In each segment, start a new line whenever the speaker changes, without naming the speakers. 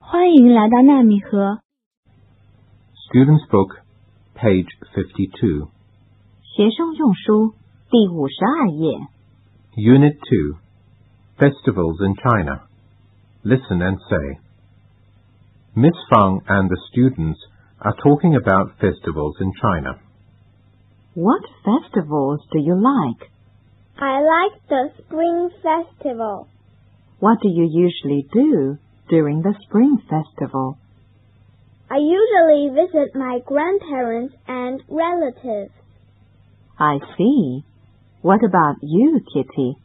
欢迎来到纳米河
Student's Book, page 52,
学生用书第五十二页。
Unit 2, Festivals in China. Listen and say. Miss Fang and the students are talking about festivals in China.
What festivals do you like?
I like the spring festival.
What do you usually do during the spring festival?
I usually visit my grandparents and relatives.
I see. What about you, Kitty?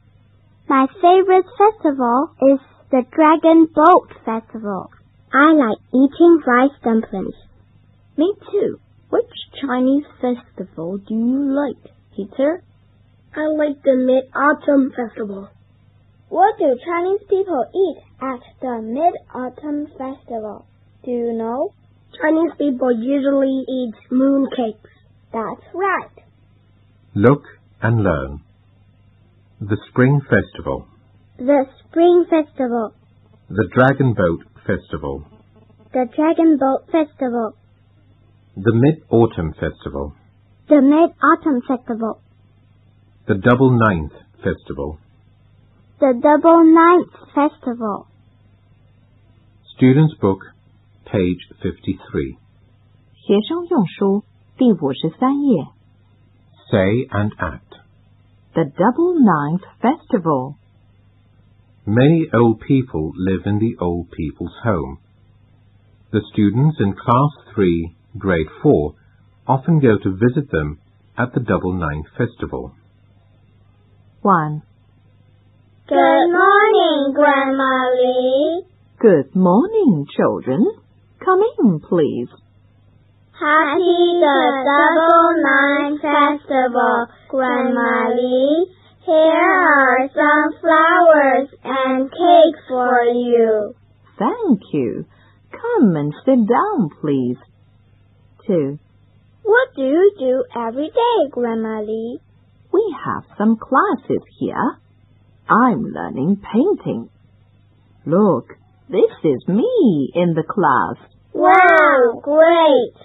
My favorite festival is the Dragon Boat Festival. I like eating rice dumplings. Me too. Which Chinese festival do you like, Peter? I like the Mid Autumn Festival. What do Chinese people eat at the Mid Autumn Festival? Do you know? Chinese people usually eat mooncakes. That's right.
Look and learn. The Spring Festival,
The Spring Festival,
the Dragon Boat Festival,
the Dragon Boat Festival,
the Mid Autumn Festival,
the Mid Autumn Festival,
the Double Ninth Festival.
the Double Ninth Festival.
Student's Book, page 53.
学生用书第五十三页。
Say and act.
The Double Ninth Festival.
Many old people live in the old people's home. The students in Class 3, Grade 4, often go to visit them at the Double Nine Festival.
One.
Good morning, Grandma Lee.
Good morning, children. Come in, please.
Happy the Double Nine Festival, Grandma Lee. Here are some flowers and cake for you.
Thank you. Come and sit down, please. Two.
What do you do every day, Grandma Lee?
We have some classes here. I'm learning painting. Look, this is me in the class.
Wow, great!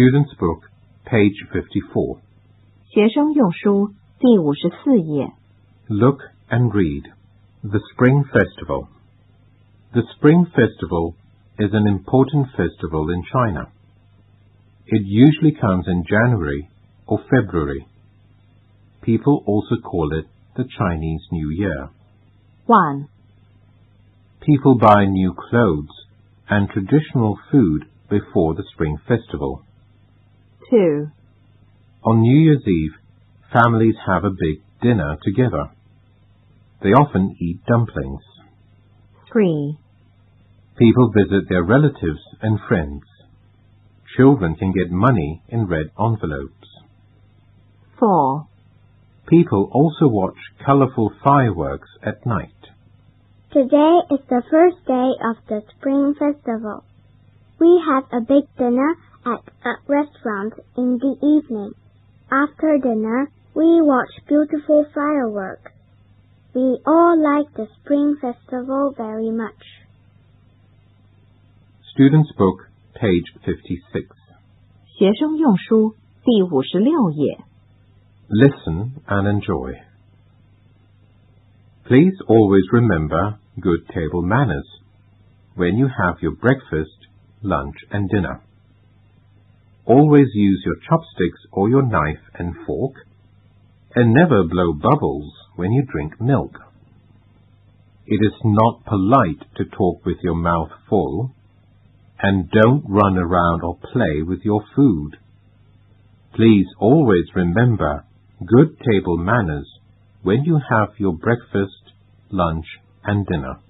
Student's Book, page 54.
学生用书第五十四页。
Look and read. The Spring Festival. The Spring Festival is an important festival in China. It usually comes in January or February. People also call it the Chinese New Year.
One,
People buy new clothes and traditional food before the Spring Festival.
two,
On New Year's Eve, families have a big dinner together. They often eat dumplings.
three,
People visit their relatives and friends. Children can get money in red envelopes.
four,
People also watch colorful fireworks at night.
Today is the first day of the Spring Festival. We have a big dinner at a restaurant in the evening. After dinner, we watch beautiful fireworks. We all like the Spring Festival very much.
Student's Book, page 56.
学生用书第五十六页。
Listen and enjoy. Please always remember good table manners when you have your breakfast, lunch, and dinner. Always use your chopsticks or your knife and fork, and never blow bubbles when you drink milk. It is not polite to talk with your mouth full, and don't run around or play with your food. Please always remember good table manners when you have your breakfast, lunch, and dinner.